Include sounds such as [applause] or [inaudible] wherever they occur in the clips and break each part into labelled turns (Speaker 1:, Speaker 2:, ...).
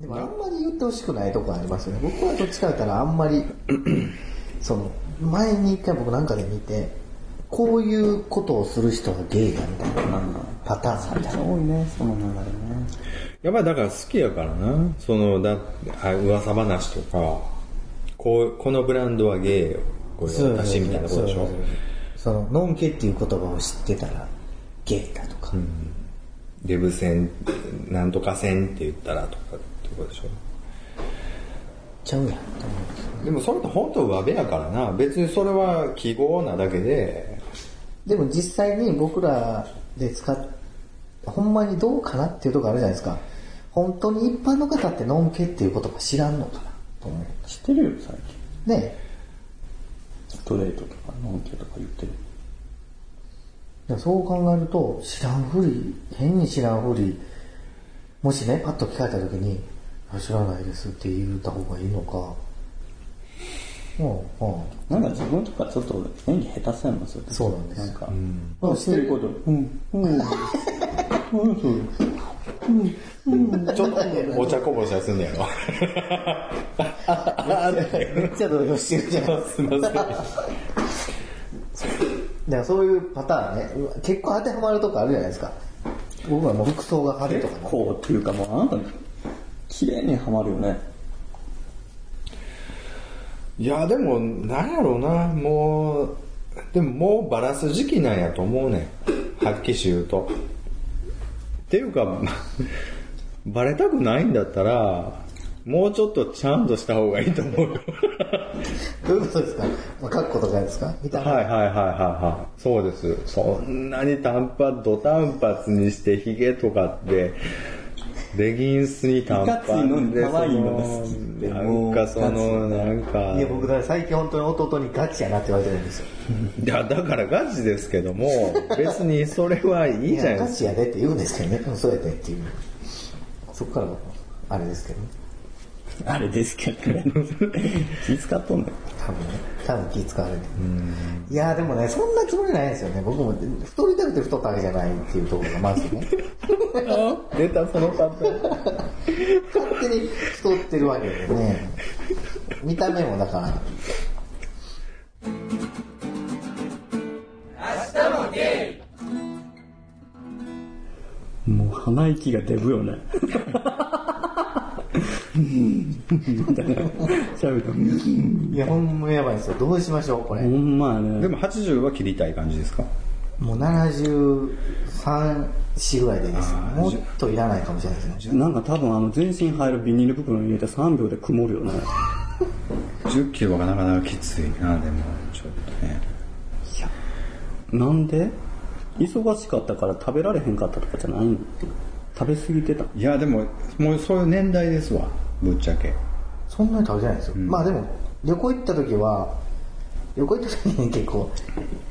Speaker 1: でもあんまり言ってほしくないとこありますよね。僕はどっちかやったらあんまり、 [clears throat] その、前に一回僕なんかで見て、こういうことをする人がゲイだみたいなパターンみたいな。
Speaker 2: 多いねその流れね
Speaker 3: やっぱりだから好きやからな。その、だあ噂話とか、こう、このブランドはゲイよ。これ私みたいなことでし
Speaker 1: そう
Speaker 3: ょ
Speaker 1: そう。そうその、ノンケっていう言葉を知ってたら、ゲイだとか。
Speaker 3: デブ戦、なんとか戦って言ったらとかってことでしょ。
Speaker 1: ちゃうやん。
Speaker 3: でもそれって本当上辺やからな。別にそれは記号なだけで、
Speaker 1: でも実際に僕らで使っ、ほんまにどうかなっていうとこあるじゃないですか。本当に一般の方ってノンケっていう言葉知らんのかなと思う。
Speaker 2: 知ってるよ最近
Speaker 1: ね
Speaker 2: ストレートとかノンケとか言ってる
Speaker 1: でもそう考えると、知らんふり、変に知らんふり、もしね、パッと聞かれた時に、あ知らないですって言った方がいいのか。うん、うん。
Speaker 2: なんか自分とかちょっと演技下手さやもんする
Speaker 1: そうなんです
Speaker 2: なんか、
Speaker 3: ん
Speaker 2: あ知ってることうんうんうんそう
Speaker 3: ちょっとお茶こぼしはすんねや
Speaker 1: [laughs]
Speaker 3: ろ。
Speaker 1: めっちゃ動揺してるじゃん。だか
Speaker 3: すいません。
Speaker 1: らそういうパターンね、うわ結構当てはまるとこあるじゃないですか。僕はもう服装が派手とかね。
Speaker 2: こうっていうかもうあなた綺麗にはまるよね
Speaker 3: いや、でも、なんやろうな、もう、でももうバラす時期なんやと思うねん。はっきり言うと。っていうか、 [laughs] バレたくないんだったら、もうちょっとちゃんとした方がいいと思うよ。
Speaker 1: どういうことですかまあ、カッコとかですかみたいな。
Speaker 3: はいはいはいはいはい。そうです。そんなに短髪、ド短髪にしてヒゲとかって、レギンスに短
Speaker 2: いかついの
Speaker 3: 髪
Speaker 2: に
Speaker 3: で、
Speaker 2: 可愛いのが好きって
Speaker 3: その
Speaker 2: もう
Speaker 3: なんかその、なんか。
Speaker 1: いや、僕だから最近本当に弟にガチやなって言われてるんですよ。
Speaker 3: いや、だからガチですけども、別にそれはいいじゃない
Speaker 1: や
Speaker 3: で
Speaker 1: ガ
Speaker 3: す
Speaker 1: チやでって言うんですけどね。うんそうやでっていう。そこからはあれですけどね。
Speaker 2: あれですけどね気使っとんねん
Speaker 1: 多分ね。多分気使われて。いやでもね、そんなつもりないんですよね。僕も太りたくて太ったわけじゃないっていうところがまずね。
Speaker 3: か。出たそのパターン。
Speaker 1: 勝手に太ってるわけでね。見た目もだから。
Speaker 2: もう鼻息が出ぶよね。うんみたいな。喋った。うん
Speaker 1: いや、ほんまやばいんですよ。どうしましょう、これ
Speaker 2: ほ。んまや
Speaker 3: で
Speaker 2: ね。
Speaker 3: も80は切りたい感じですか
Speaker 1: もう73、4ぐらいでいいです。もっといらないかもしれないですね。
Speaker 2: なんか多分あの全身入るビニール袋に入れて3秒で曇るよね。
Speaker 3: 10キロがなかなかきついな、でも、ちょっとね。
Speaker 2: なんで忙しかったから食べられへんかったとかじゃないの食べ過ぎてた。 [laughs]
Speaker 3: いや、でも、もうそういう年代ですわ、ぶっちゃけ。
Speaker 1: そんなに食べてないんですよ。まあでも、旅行行った時は、旅行行った時に結構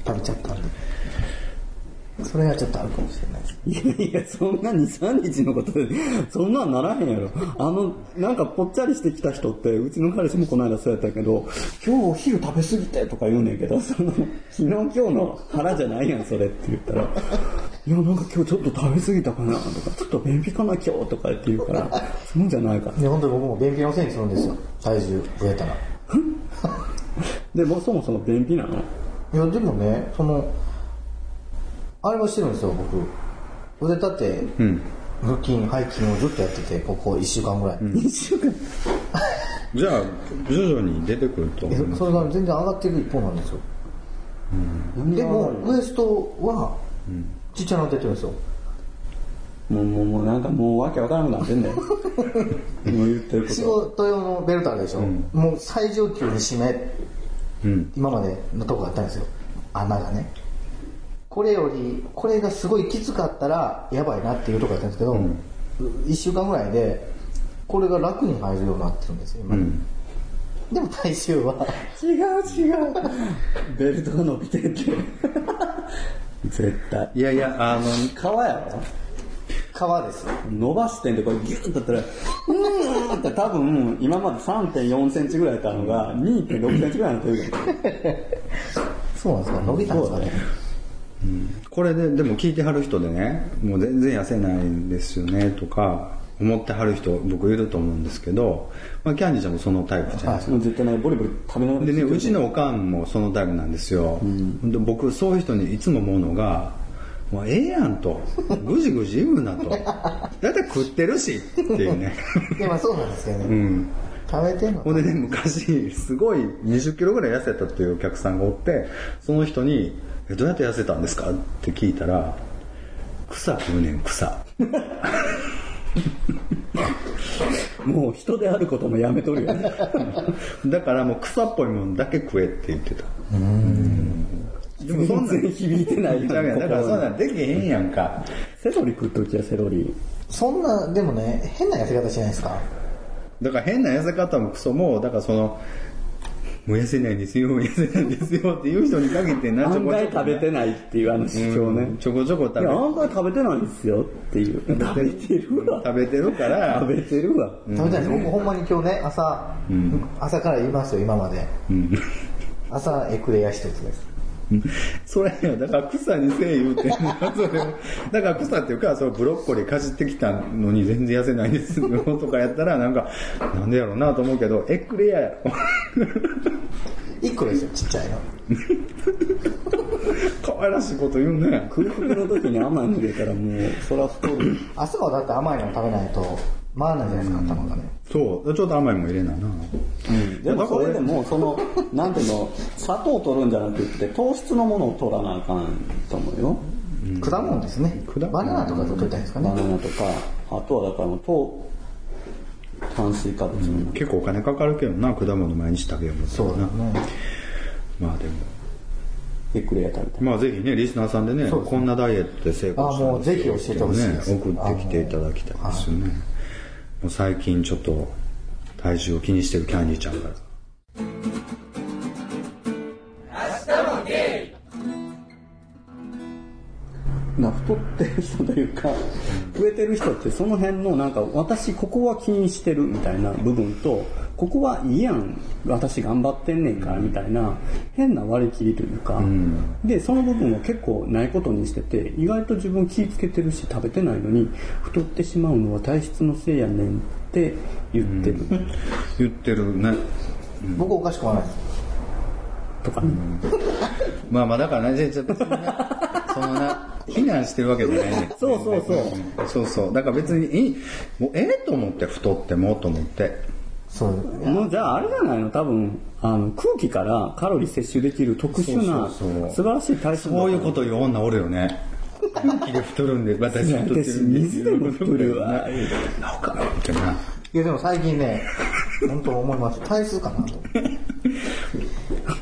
Speaker 1: 食べちゃったんで、それがちょっとあるかもしれないです。
Speaker 2: いやいや、そんな2、3日のことで、そんなんならへんやろ。あの、なんかぽっちゃりしてきた人って、うちの彼氏もこの間そうやったけど、今日お昼食べ過ぎてとか言うねんけど、その、昨日今日の腹じゃないやん、それって言ったら、いや、なんか今日ちょっと食べ過ぎたかなとか、ちょっと便秘かな今日とかって言うから、そうじゃないから。
Speaker 1: いや、本当に僕も便秘のせいにするんですよ。体重増えたら。い
Speaker 2: で、もうそもそも便秘なの
Speaker 1: や、でもね、その、あれはしてるんですよ、僕。腕立て、
Speaker 3: うん。
Speaker 1: 腹筋、背筋をずっとやってて、ここ1週間ぐらい。
Speaker 2: 一週間。
Speaker 3: じゃあ、徐々に出てくると思い
Speaker 1: え
Speaker 3: ます
Speaker 1: そ。れが全然上がっていく一方なんですよ。でも、ウエストは、ちっちゃなってやってるんですよ。
Speaker 2: もう、もう、もうなんかもうわけわからなくなってんだよ。もう言ってるこ
Speaker 1: 仕
Speaker 2: と。
Speaker 1: 事用のベルトあるでしょ、
Speaker 3: ん
Speaker 1: もう最上級に締め
Speaker 3: うん。
Speaker 1: 今までのとこあったんですよ穴がねこれよりこれがすごいきつかったらやばいなっていうとこだったんですけど、
Speaker 3: ん
Speaker 1: 1週間ぐらいでこれが楽に入るようになってるんですよ今、
Speaker 3: うん。
Speaker 1: でも体重は
Speaker 2: [laughs]
Speaker 1: [laughs]
Speaker 2: 違う違う。ベルトが伸びてって。絶対。
Speaker 3: いやいや、あの、
Speaker 2: 皮や
Speaker 1: 皮ですよ
Speaker 2: ろ伸ばしてんでこれギュッとやったら、うーんって多分今まで3.4センチぐらいやったのが2.6センチぐらいになってるから。
Speaker 1: そうなんですか伸びたんですかね
Speaker 3: これで、でも聞いてはる人でね、もう全然痩せないんですよね、とか、思ってはる人、僕いると思うんですけど、まあ、キャンディーちゃんもそのタイプじゃないですか。
Speaker 2: もう絶対ね、ボリボリ食べながら。
Speaker 3: でね、うちのおかんもそのタイプなんですよ。で僕、そういう人にいつも思うのが、もうええやんと。ぐじぐじ言うな [laughs] と。だいたい食ってるしっていう [laughs] ね。
Speaker 1: でもそうなんですけど
Speaker 3: う
Speaker 1: ね。
Speaker 3: ん。
Speaker 1: 食べてんの
Speaker 3: ほんでね、昔、すごい20キロぐらい痩せたっていうお客さんがおって、その人に、えどうやって痩せたんですかって聞いたら、草食うねん、 [laughs] 草。
Speaker 2: もう人であることもやめとるよね。
Speaker 3: だからもう草っぽいもんだけ食えって言ってた。
Speaker 2: でも全然響いてない
Speaker 3: だから、だからそんな
Speaker 2: こ
Speaker 3: んできへんやんか。
Speaker 2: こセロリ食っときや、セロリ。
Speaker 1: そんな、でもね、変な痩せ方しないですか
Speaker 3: だから変な痩せ方もクソも、だからその、もう痩せないんですよ、痩せないんですよっていう人に限ってな、
Speaker 2: 案外食べて
Speaker 3: い。
Speaker 2: ないっていうあの主張
Speaker 3: う
Speaker 2: ね
Speaker 3: ん。ちょこちょこ食べ
Speaker 2: いや、案外食べてないんですよっていう。食べてるわ。
Speaker 3: 食べてるから、
Speaker 2: 食べてるわ。
Speaker 1: 食べたいです。僕ほんまに今日ね、朝、朝から言いますよ、今まで。
Speaker 3: うん
Speaker 1: 朝、エクレア一つです。
Speaker 3: それよだから草にせえ言うてんなそれだから草っていうかそのブロッコリーかじってきたのに全然痩せないんですよとかやったらなんかなんでやろうなと思うけど [laughs] エクレアやろ
Speaker 1: 1個ですよ、ちっちゃいの。
Speaker 3: 可愛らしいこと言うね
Speaker 2: 空腹の時に甘いの入れたらもう、そら太る。
Speaker 1: 朝はだって甘いの食べないと、回らないじゃないですか、頭がね。
Speaker 3: そうちょっと甘いもん入れないな
Speaker 2: でもそれでも、その、なんていうの、砂糖を取るんじゃなくて、糖質のものを取らなあかんと思うよ。
Speaker 1: 果物ですね。
Speaker 3: 果物
Speaker 1: バナナとか取っといたいですか
Speaker 2: バ
Speaker 1: ね
Speaker 2: ナ。ナとか、あとはだからもう糖、炭水化物の、
Speaker 3: 結構お金かかるけどな果物毎日食べようもん
Speaker 1: そうだ
Speaker 3: な
Speaker 1: ね。
Speaker 3: まあでも
Speaker 2: エクレア食べたい。
Speaker 3: まあぜひねリスナーさんでね
Speaker 1: そうですね
Speaker 3: こんなダイエットで成功した
Speaker 1: あもうぜひ教えてほしいです
Speaker 3: ね送ってきていただきたいですよねもう最近ちょっと体重を気にしてるキャンディーちゃんから
Speaker 2: な太ってる人というか、増えてる人ってその辺のなんか、私ここは気にしてるみたいな部分と、ここはいいやん、私頑張ってんねんからみたいな、変な割り切りというか、
Speaker 3: ん
Speaker 2: で、その部分は結構ないことにしてて、意外と自分気ぃつけてるし食べてないのに、太ってしまうのは体質のせいやねんって言ってる
Speaker 3: 言ってるね
Speaker 1: 僕おかしくはないです。
Speaker 2: とかね。
Speaker 3: まあまあだからねじゃあちょっとそのな非難してるわけじゃないね
Speaker 2: そうそうそう。
Speaker 3: そうそうだから別にいいもうええと思って太ってもと思って
Speaker 1: そう。
Speaker 2: もうじゃああれじゃないの多分あの空気からカロリー摂取できる特殊な
Speaker 3: そうそうそう
Speaker 2: 素晴らしい体質
Speaker 3: そういうこと言う女おるよね空気で太るんで私太ってるんで
Speaker 2: 私水でも太るわ
Speaker 3: なおかなってない
Speaker 1: やでも最近ね、本当思います。体数かな
Speaker 3: [laughs]
Speaker 1: と。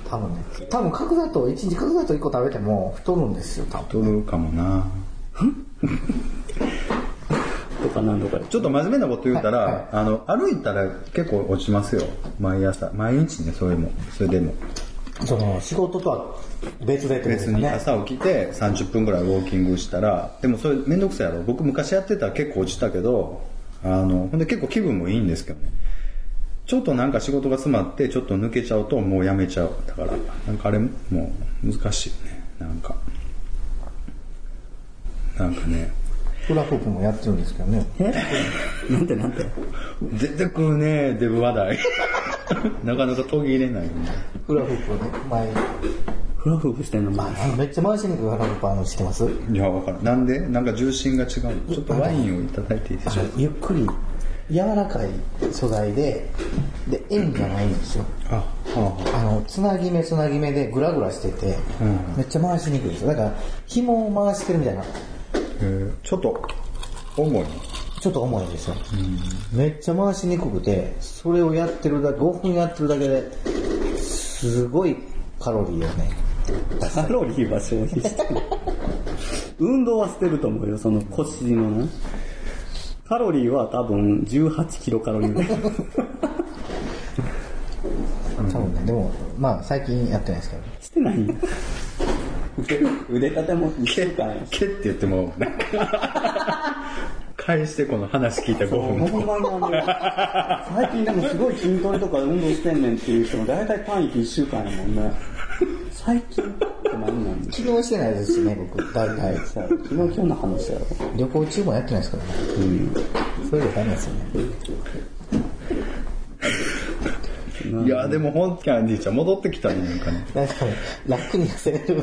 Speaker 1: 多分ね。多分角砂糖、1日角砂糖1個食べても太るんですよ、多分。
Speaker 3: 太るかもな
Speaker 2: とかなんとかで
Speaker 3: ちょっと真面目なこと言うたら、
Speaker 1: はいはい
Speaker 3: あの歩いたら結構落ちますよ毎朝毎日ねそれもそれでも
Speaker 1: その、仕事とは別でってことで
Speaker 3: 別
Speaker 1: すか
Speaker 3: に
Speaker 1: ね。
Speaker 3: 朝起きて30分ぐらいウォーキングしたらでもそれ面倒くさいやろ僕昔やってたら結構落ちたけどあのほんで結構気分もいいんですけどねちょっとなんか仕事が詰まってちょっと抜けちゃうともうやめちゃうだからなんかあれもう難しいよねなんかなんかね
Speaker 1: フラフープもやってるんですけどね。
Speaker 2: えなんてなんて
Speaker 3: 出てくるねデブ話題 [laughs] なかなか途切れないよね
Speaker 1: フラフープをね、前、
Speaker 2: フラフープしてんのま
Speaker 1: あのめっちゃ回しにくいフラフープあるの知ってます
Speaker 3: いやわからんなんでなんか重心が違うちょっとワインをいただいていいでしょうか
Speaker 1: ゆっくり、柔らかい素材で、で、円じゃないんですよ。
Speaker 3: あ、はあはあ
Speaker 1: あの、つなぎ目つなぎ目でグラグラしてて、
Speaker 3: ん
Speaker 1: めっちゃ回しにくいですよ。だから、紐を回してるみたいな、
Speaker 3: ちょっと重い
Speaker 1: ちょっと重いんですよ。めっちゃ回しにくくて、それをやってるだけ、5分やってるだけで、すごいカロリーをね、
Speaker 2: あカロリーは消費してる運動は捨てると思うよその腰のねカロリーは多分18キロカロリーぐらい
Speaker 1: 多分ね、でも、まあ最近やってないですけど、
Speaker 2: してないんだ腕腕立ても1週間やし
Speaker 3: けって言ってもなんか返してこの話聞いた5
Speaker 2: ほん
Speaker 3: 分後
Speaker 2: まにあの最近でもすごい筋トレとか運動してんねんっていう人も大体単位1週間やもんね。最近って何なんでし
Speaker 1: 昨日してないですしね、僕、大体。
Speaker 2: ょう昨日今日の話やろ。
Speaker 1: 旅行中もやってないですからね。それじゃダメですよね。
Speaker 3: いや、でも本気アンディちゃん戻ってきたんやんかね。
Speaker 1: だから、楽に痩せる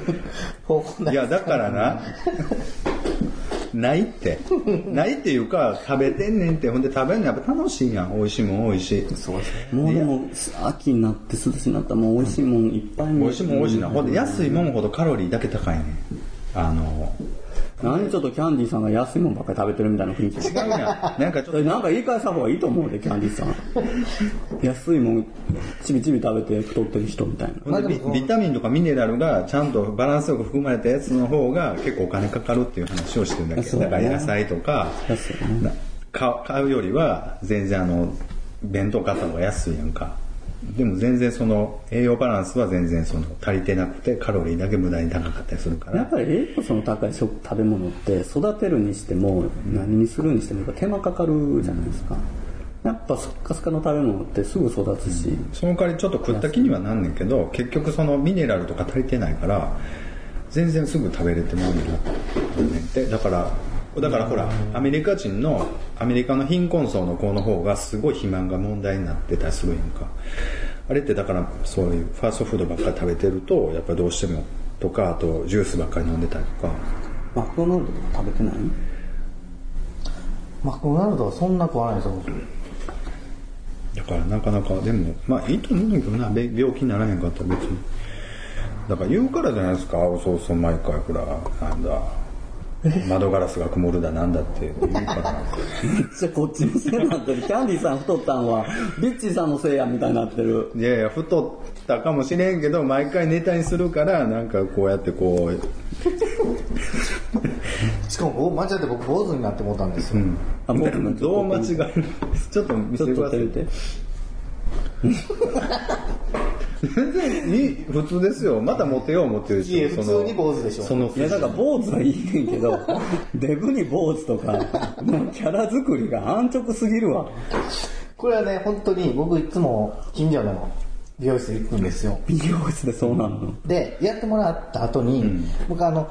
Speaker 1: 方法ない
Speaker 3: いや、だからな。ないって。ないっていうか、食べてんねんって。ほんで食べんのやっぱ楽しいやん。美味しいもん美味しい。そうですね。
Speaker 2: もうでも、秋になって涼しになったらもう美味しいもんいっぱい
Speaker 3: 美味しいもん美味しいな。ほんで
Speaker 2: や
Speaker 3: 安いもんほどカロリーだけ高いねん。あの、
Speaker 2: 何ちょっとキャンディーさんが安いもんばっかり食べてるみたいな雰囲気。
Speaker 3: 違うやん。なんかちょっと、
Speaker 2: なんか言い返した方がいいと思うで、キャンディーさん。安いもん、ちびちび食べて太ってる人みたいな。
Speaker 3: ほんでビビタミンとかミネラルがちゃんとバランスよく含まれたやつの方が結構お金かかるっていう話をしてるんだけ
Speaker 2: そ
Speaker 3: ど、だ
Speaker 2: うだね
Speaker 3: から野菜とか、
Speaker 2: 安いよね
Speaker 3: な買う買うよりは全然あの弁当買った方が安いやんかでも全然その栄養バランスは全然その足りてなくてカロリーだけ無駄に高かったりするか
Speaker 2: やっ
Speaker 3: ら
Speaker 2: ぱり栄養素の高い食食べ物って育てるにしても何にするにしてもやっぱ手間かかるじゃないですかやっぱスッカスカの食べ物ってすぐ育つし、
Speaker 3: その代わりちょっと食った気にはなんねんけど結局そのミネラルとか足りてないから全然すぐ食べれてまうんだねんってだからだからほらアメリカ人のアメリカの貧困層の子の方がすごい肥満が問題になってたりするやんかあれってだからそういうファーストフードばっかり食べてるとやっぱどうしてもとかあとジュースばっかり飲んでたりとか
Speaker 2: マクドナルドとか食べてない
Speaker 1: マクドナルドはそんな食わないですよ、僕
Speaker 3: だからなかなかでもまあいいと思うんだけどなべ病気にならへんかったら別にだから言うからじゃないですか青そうそう毎回ほらなんだ窓ガラスが曇るだなんだって言うから
Speaker 2: [laughs] めっちゃこっちのせいになってるキャンディーさん太ったんはビッチーさんのせいやみたいになってる
Speaker 3: いやいや太ったかもしれんけど毎回ネタにするからなんかこうやってこう
Speaker 1: しかも、間違って僕、坊主になってもうたんですよ。
Speaker 2: あ僕もち
Speaker 3: どう
Speaker 2: ょ
Speaker 3: 間
Speaker 2: っと
Speaker 3: 違えるんですちょっと見せ
Speaker 2: ちょ
Speaker 3: てく
Speaker 2: っと
Speaker 3: ださ
Speaker 2: 照
Speaker 3: い
Speaker 2: れて
Speaker 3: 全然いい普通ですよまたモテよう思ってる
Speaker 1: いや
Speaker 3: し
Speaker 1: 普
Speaker 3: その
Speaker 1: 通に坊主でしょ
Speaker 3: その
Speaker 2: いやだから坊主はいいねんけど [laughs] デブに坊主とかもうキャラ作りが安直すぎるわ
Speaker 1: これはね、本当に僕いつも近所の美容室行くんですよ。
Speaker 2: 美容室でそうなるの
Speaker 1: で、やってもらった後に、僕あの、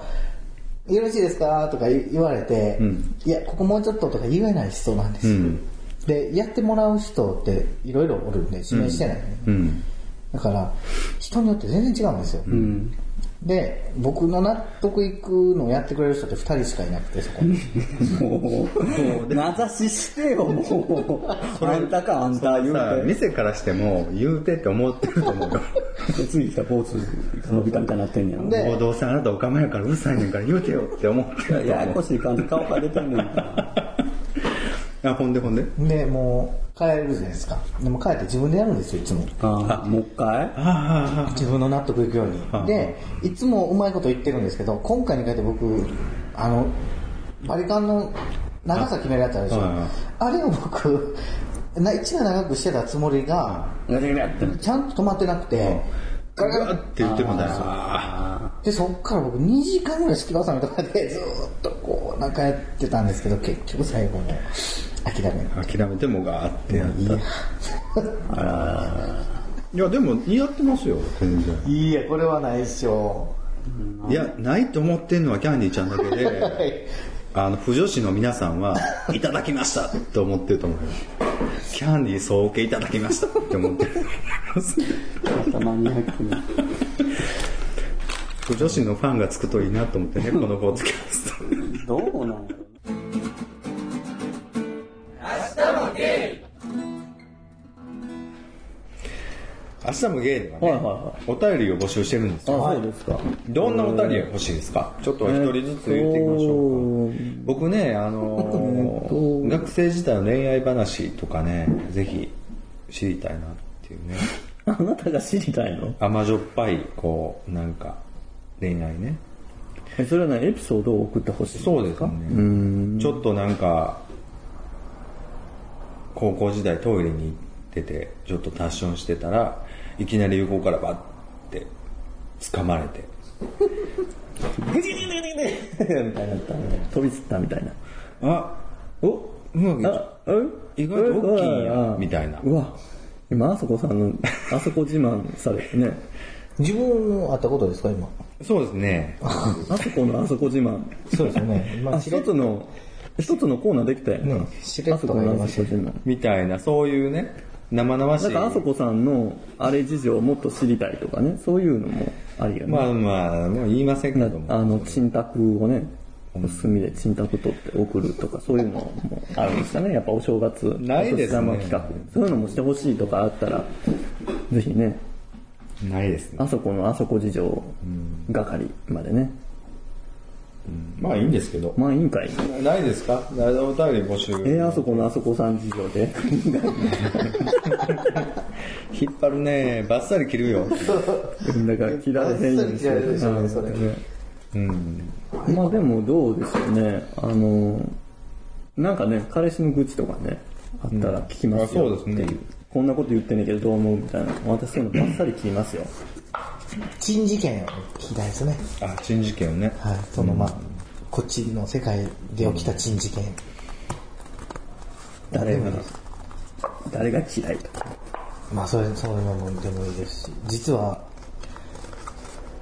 Speaker 1: よろしいですかとか言われて、
Speaker 3: うん
Speaker 1: いや、ここもうちょっととか言えない人なんですよ。
Speaker 3: うん
Speaker 1: で、やってもらう人っていろいろおるんで、指名してない、ね
Speaker 3: うん
Speaker 1: だから、人によって全然違うんですよ。
Speaker 2: うん
Speaker 1: で、僕の納得いくのをやってくれる人って2人しかいなくて、そ
Speaker 3: [laughs]
Speaker 1: こに。
Speaker 2: もう名指ししてよもうあんたかあんた言
Speaker 3: さあ
Speaker 2: うて
Speaker 3: 店からしても言うてって思ってると思うよ
Speaker 2: 次来た坊主伸びたみたいになってんねやろ
Speaker 1: で
Speaker 3: もうどうせあなたお構いやからうるさいねんから言うてよって思ってると
Speaker 2: やや
Speaker 3: 思
Speaker 2: こ
Speaker 3: う
Speaker 2: しい感じ顔が出てんねんから
Speaker 3: あほんでほんで
Speaker 1: で、もう、帰るじゃないですか。でも帰って自分でやるんですよ、いつも。
Speaker 2: ああもう一回
Speaker 3: あ
Speaker 1: 自分の納得いくように、
Speaker 3: はい
Speaker 1: でいつもうまいこと言ってるんですけど今回に関して僕あのバリカンの長さ決めるやつあるでしょ、
Speaker 3: はいはい
Speaker 1: あれを僕な一番長くしてたつもりが
Speaker 2: ガリガリってなっち
Speaker 1: ちゃんと止まってなくて、
Speaker 3: あガラガラって言ってもだよ
Speaker 2: ゃ
Speaker 1: でそっから僕2時間ぐらい式ばさみとかでずーっとこうなんかやってたんですけど結局最後もう諦め
Speaker 3: 諦めてもガーってやったい
Speaker 2: あら
Speaker 3: やでも似合ってますよ全然
Speaker 1: いいやこれはないっしょ
Speaker 3: いやないと思ってんのはキャンディーちゃんだけ [laughs] であの不女子の皆さんは「いただきました!」と思ってると思うよキャンディー総受けいただきましたって思ってる
Speaker 2: 頭に入ってる
Speaker 3: 不女子のファンがつくといいなと思ってねこのポッドキャスト
Speaker 2: どうなんやろ
Speaker 3: 明日もゲイではね、
Speaker 2: はいはいは
Speaker 3: お便りを募集してるんですよ
Speaker 2: あそうですか
Speaker 3: どんなお便りが欲しいですかちょっと一人ずつ言っていきましょうか僕ね、あのー
Speaker 2: えっと
Speaker 3: 学生時代の恋愛話とかねぜひ知りたいなっていうね
Speaker 2: あなたが知りたいの
Speaker 3: 甘じょっぱいこうなんか恋愛ね
Speaker 2: えそれはねエピソードを送ってほしい
Speaker 3: そうですねちょっとなんか高校時代トイレに行っててちょっとタッションしてたらいきなり横からバッて掴まれて
Speaker 2: グニグニグニグニみたいになった飛びつったみたいな
Speaker 3: あおうまくいった
Speaker 2: あえ
Speaker 3: 意外と大きいんや
Speaker 2: うわ
Speaker 3: みたいな
Speaker 2: うわ今あそこさんのあそこ自慢されてね
Speaker 1: [laughs] 自分のあったことですか、今。
Speaker 3: そうですね。
Speaker 2: あそこのあそこ自慢。
Speaker 1: そうですよね。ま
Speaker 2: あ、一つの、一つのコーナーできたやんか。
Speaker 1: ねしれ
Speaker 2: あ
Speaker 1: っ
Speaker 2: そ
Speaker 1: と
Speaker 2: こ
Speaker 1: 入り
Speaker 2: のあ
Speaker 1: ま
Speaker 2: そこ自慢。
Speaker 3: みたいな、そういうね、生々しい。
Speaker 2: なんかあそこさんのあれ事情をもっと知りたいとかね、そういうのもありよね。
Speaker 3: まあまあ、もう言いませんけ
Speaker 2: な
Speaker 3: ども。
Speaker 2: あの、沈託をね、隅で沈託取って送るとか、そういうのもあるんですかね。やっぱお正月、
Speaker 3: ないですね
Speaker 2: お年玉企画。そういうのもしてほしいとかあったら、ぜひね、
Speaker 3: ないですね。
Speaker 2: あそこのあそこ事情係までね。
Speaker 3: まあいいんですけど。
Speaker 2: まあ委員会に。
Speaker 3: ないですかなお便り募集。
Speaker 2: えー、あそこのあそこさん事情
Speaker 3: [laughs]
Speaker 2: で。
Speaker 3: 引っ張るね。バッサリ切る
Speaker 2: [laughs]
Speaker 3: よ。
Speaker 2: だから切られへんようにし
Speaker 1: 切られるでしょうね
Speaker 2: うん
Speaker 1: それ
Speaker 3: うん。
Speaker 2: まあでもどうでしょうね。あの、なんかね、彼氏の愚痴とかね、あったら聞きますよ
Speaker 3: うんあ
Speaker 2: っ
Speaker 3: そ
Speaker 2: て
Speaker 3: う
Speaker 2: い
Speaker 3: で
Speaker 2: う。
Speaker 3: すね
Speaker 2: こんなこと言ってんねんけどどう思うみたいな。私そういうのバッサリ聞きますよ。
Speaker 1: 珍事件を聞きたいですね。
Speaker 3: あ、珍事件をね。
Speaker 1: はい。その、まあ、こっちの世界で起きた珍事件。
Speaker 2: 誰が、誰が嫌いとか。
Speaker 1: まあ、それ、そういうのもでもいいですし、実は、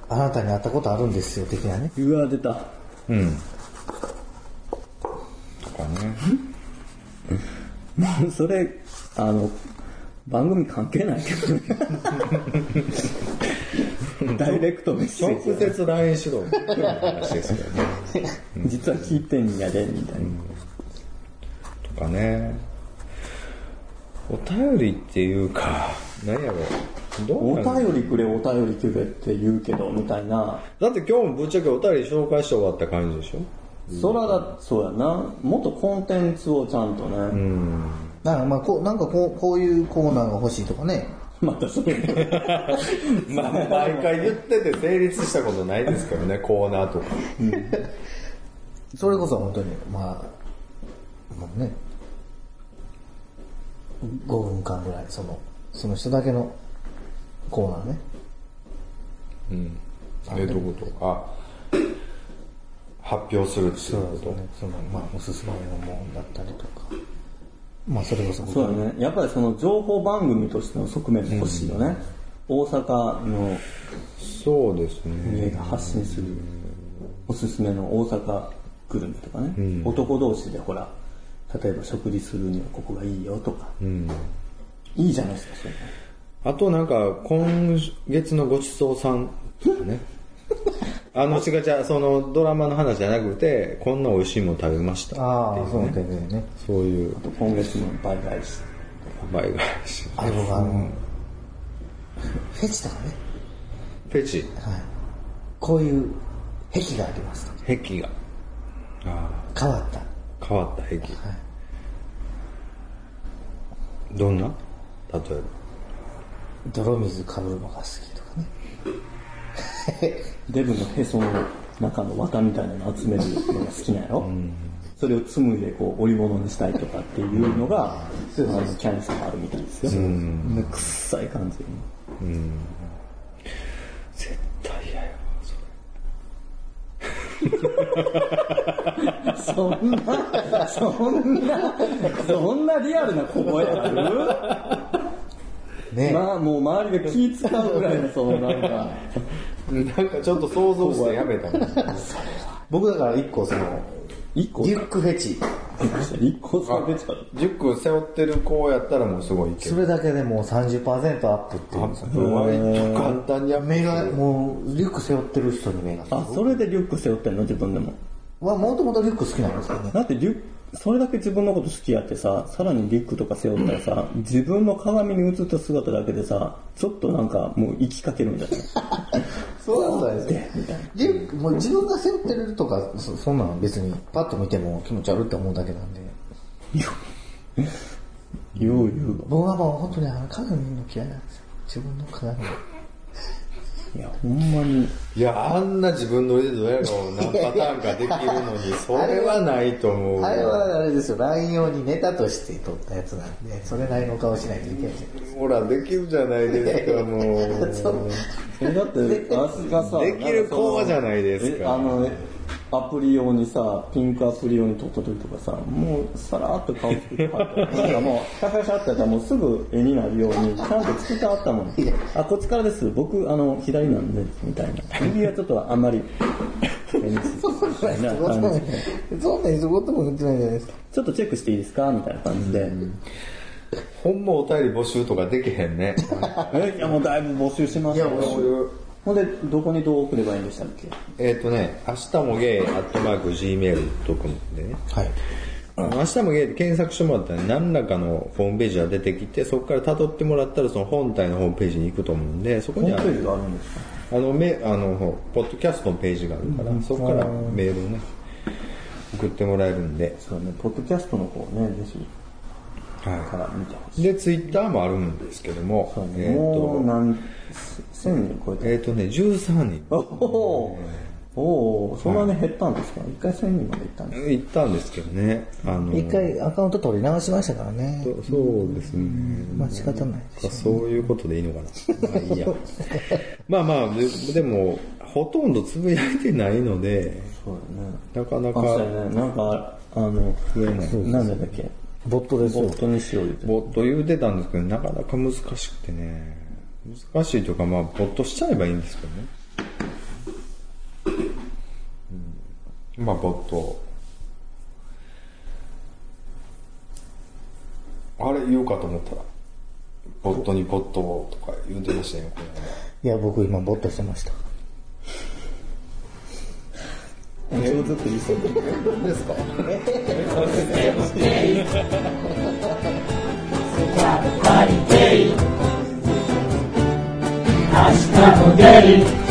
Speaker 1: あなたに会ったことあるんですよ、的なね。
Speaker 2: うわ、出た。 [laughs]
Speaker 3: うん。とかね。
Speaker 2: もうそれ、あの、番組関係ないけどね [laughs] ダイレクトメッセー
Speaker 3: 直
Speaker 2: ジ。
Speaker 3: 接 LINE しろ。話ですけどね。
Speaker 2: 実は聞いてんやで、みたいな。
Speaker 3: とかね。お便りっていうか、何やろどう
Speaker 2: お
Speaker 3: なん
Speaker 2: 便りくれ、お便りくれって言うけど、みたいな。
Speaker 3: だって今日もぶっちゃけお便り紹介して終わった感じでしょ
Speaker 2: そらだ、そうやな。もっとコンテンツをちゃんとね。
Speaker 1: だから、まあ、こう、なんかこう、こういうコーナーが欲しいとかね。
Speaker 2: [laughs] またそれね。
Speaker 3: まあ、毎回言ってて成立したことないですけどね、コーナーとか。
Speaker 1: それこそ本当に、まあ、もうね、5分間ぐらい、その、その人だけのコーナーね。
Speaker 3: うん。え、どういうことあ、発表するっていうこと。
Speaker 1: その、まあ、おすすめのものだったりとか。まあ、それこそ、
Speaker 2: そうやね。やっぱりその情報番組としての側面も欲しいよね。大阪の
Speaker 3: そうです
Speaker 2: 家
Speaker 3: ね。
Speaker 2: が発信するおすすめの大阪グルメとかね。男同士でほら、例えば食事するにはここがいいよとか。
Speaker 3: うん。
Speaker 2: いいじゃないですか、それ。
Speaker 3: あとなんか、今月のごちそうさんとかね。あの、違う違う、そのドラマの話じゃなくて、こんな美味しいもの食べました。
Speaker 1: ああ、そうだよね。
Speaker 3: そういう
Speaker 2: 今月の倍返し。
Speaker 3: 倍返し。
Speaker 1: あれ僕あの、フェチとかね、
Speaker 3: フェチ、
Speaker 1: はい、こういう癖がありますとか
Speaker 3: 壁が。あ
Speaker 1: 変わった。
Speaker 3: あ、変わった壁。どんな例え
Speaker 1: 泥水かぶるのが好きとかね。
Speaker 2: デブのへその中の綿みたいなのを集めるのが好きなんやろ、それを紡いでこう織物にしたいとかっていうのが、そういうキャンサーあるみたいですよ。うん、くっさい感じ。
Speaker 3: ば。絶対嫌よ。そ
Speaker 2: そんな、そんな、そんなリアルな小声やる
Speaker 1: ね
Speaker 2: まあもう周りが気使うぐらいのそのなんか、
Speaker 3: れなんかちょっと想像してやめたもん。
Speaker 1: [laughs] 僕だから一個その、
Speaker 2: 一個、
Speaker 1: リュックフェチ。
Speaker 2: 一個さ出ちゃう。
Speaker 3: 塾背負ってる子やったらもうすごいけ
Speaker 1: そ
Speaker 3: ど。
Speaker 1: れだけでもう30%アップっていうんですよね。
Speaker 3: 割と簡単にや
Speaker 1: 目が、もう、リュック背負ってる人に目が。
Speaker 2: あ、それでリュック背負ってんの自分でも。
Speaker 1: は、もともとリュック好きなんですよね。
Speaker 2: だってリュッそれだけ自分のこと好きやってささらにリュックとか背負ったらさ自分の鏡に映った姿だけでさちょっとなんかもう生きかけるみたいな
Speaker 1: そうなんですね。リュック、もう自分が背負ってるとか、そそんなん別に、パッと見ても気持ち悪いって思うだけなんで。
Speaker 2: よう言うわ
Speaker 1: 僕はもう本当にあの鏡見るの嫌いなんですよ。自分の鏡。
Speaker 2: いやほんまに
Speaker 3: いや、あんな自分の腕でどうやろう何パターンかできるのに、それはないと思う。
Speaker 1: あれはあれですよ、LINE 用にネタとして撮ったやつなんで、それなりの顔しないといけないじゃないです
Speaker 3: ほら、できるじゃないですか、もう。
Speaker 1: [laughs] か。そう
Speaker 2: えだってあすがさ
Speaker 3: できる子じゃないですか
Speaker 2: えあのえアプリ用にさピンクアプリ用に撮っとくとかさもうさらっと顔作ってはってだからもうシャシャシャってやったらもうすぐ絵になるようにちゃんと作ってあったもんあこっちからです僕あの左なんでみたいな右はちょっとあんまり手につい
Speaker 1: そんな
Speaker 2: てな
Speaker 1: こと
Speaker 2: 感
Speaker 1: ない
Speaker 2: じ。
Speaker 1: そんな一言も言ってないじゃないですか。
Speaker 2: ちょっとチェックしていいですかみたいな感じで
Speaker 3: ほんまお便り募集とかできへんね。 [laughs]
Speaker 2: えいやもうだいぶ募集しましたよ
Speaker 3: 集。
Speaker 2: ほんでどこにどう送ればいいんでしたっけ
Speaker 3: えっ、とね、明日もゲイ、アットマーク、gmail.com でね。
Speaker 1: はい。
Speaker 3: 明日もゲイで検索してもらったら何らかのホームページが出てきて、そこから辿ってもらったらその本体のホームページに行くと思うんで、そこ
Speaker 2: ホ
Speaker 3: に
Speaker 2: ー
Speaker 3: あ
Speaker 2: ムペー
Speaker 3: る
Speaker 2: ジがあるんですか
Speaker 3: あのめあの、ポッドキャストのページがあるから、そこからメールをね、送ってもらえるんで。
Speaker 2: そうねポッドキャストの方ねぜひか
Speaker 3: は
Speaker 2: ら見てほしい
Speaker 3: い。で、ツイッターもあるんですけども、
Speaker 2: そう
Speaker 3: え
Speaker 2: ね
Speaker 3: っ、
Speaker 2: も
Speaker 3: と、
Speaker 2: う何千人超えて
Speaker 3: えっ、とね、13人。
Speaker 2: おおおおそんなに減ったんですか一回千人まで行ったんです
Speaker 3: 行ったんですけどね。あの
Speaker 1: 一回アカウント取り直しましたからね
Speaker 3: そ。うそうですね。
Speaker 1: まあ仕方ないです。
Speaker 3: まあそういうことでいいのかな。まあい
Speaker 2: [laughs]
Speaker 3: いや。まあまあ、ででも、ほとんどつぶやいてないので、
Speaker 2: そうだね
Speaker 3: なかな
Speaker 2: あそう
Speaker 3: か、
Speaker 2: だねなんかあの
Speaker 3: 増えない
Speaker 2: なんだっけ
Speaker 1: ボットです
Speaker 2: ボ
Speaker 1: よ
Speaker 2: ッ。トにしよう言うて
Speaker 3: ぼっと言うてたんですけど、なかなか難しくてね。難しいというか、まあ、ぼっとしちゃえばいいんですけどね。うん、まあ、ぼっと。あれ言うかと思ったら、ぼっとにぼっととか言うてましたよ、この間
Speaker 1: いや、僕今ボットしてました。
Speaker 2: ちょっとずつ言いそうだね
Speaker 3: ですか
Speaker 4: 明日もゲイ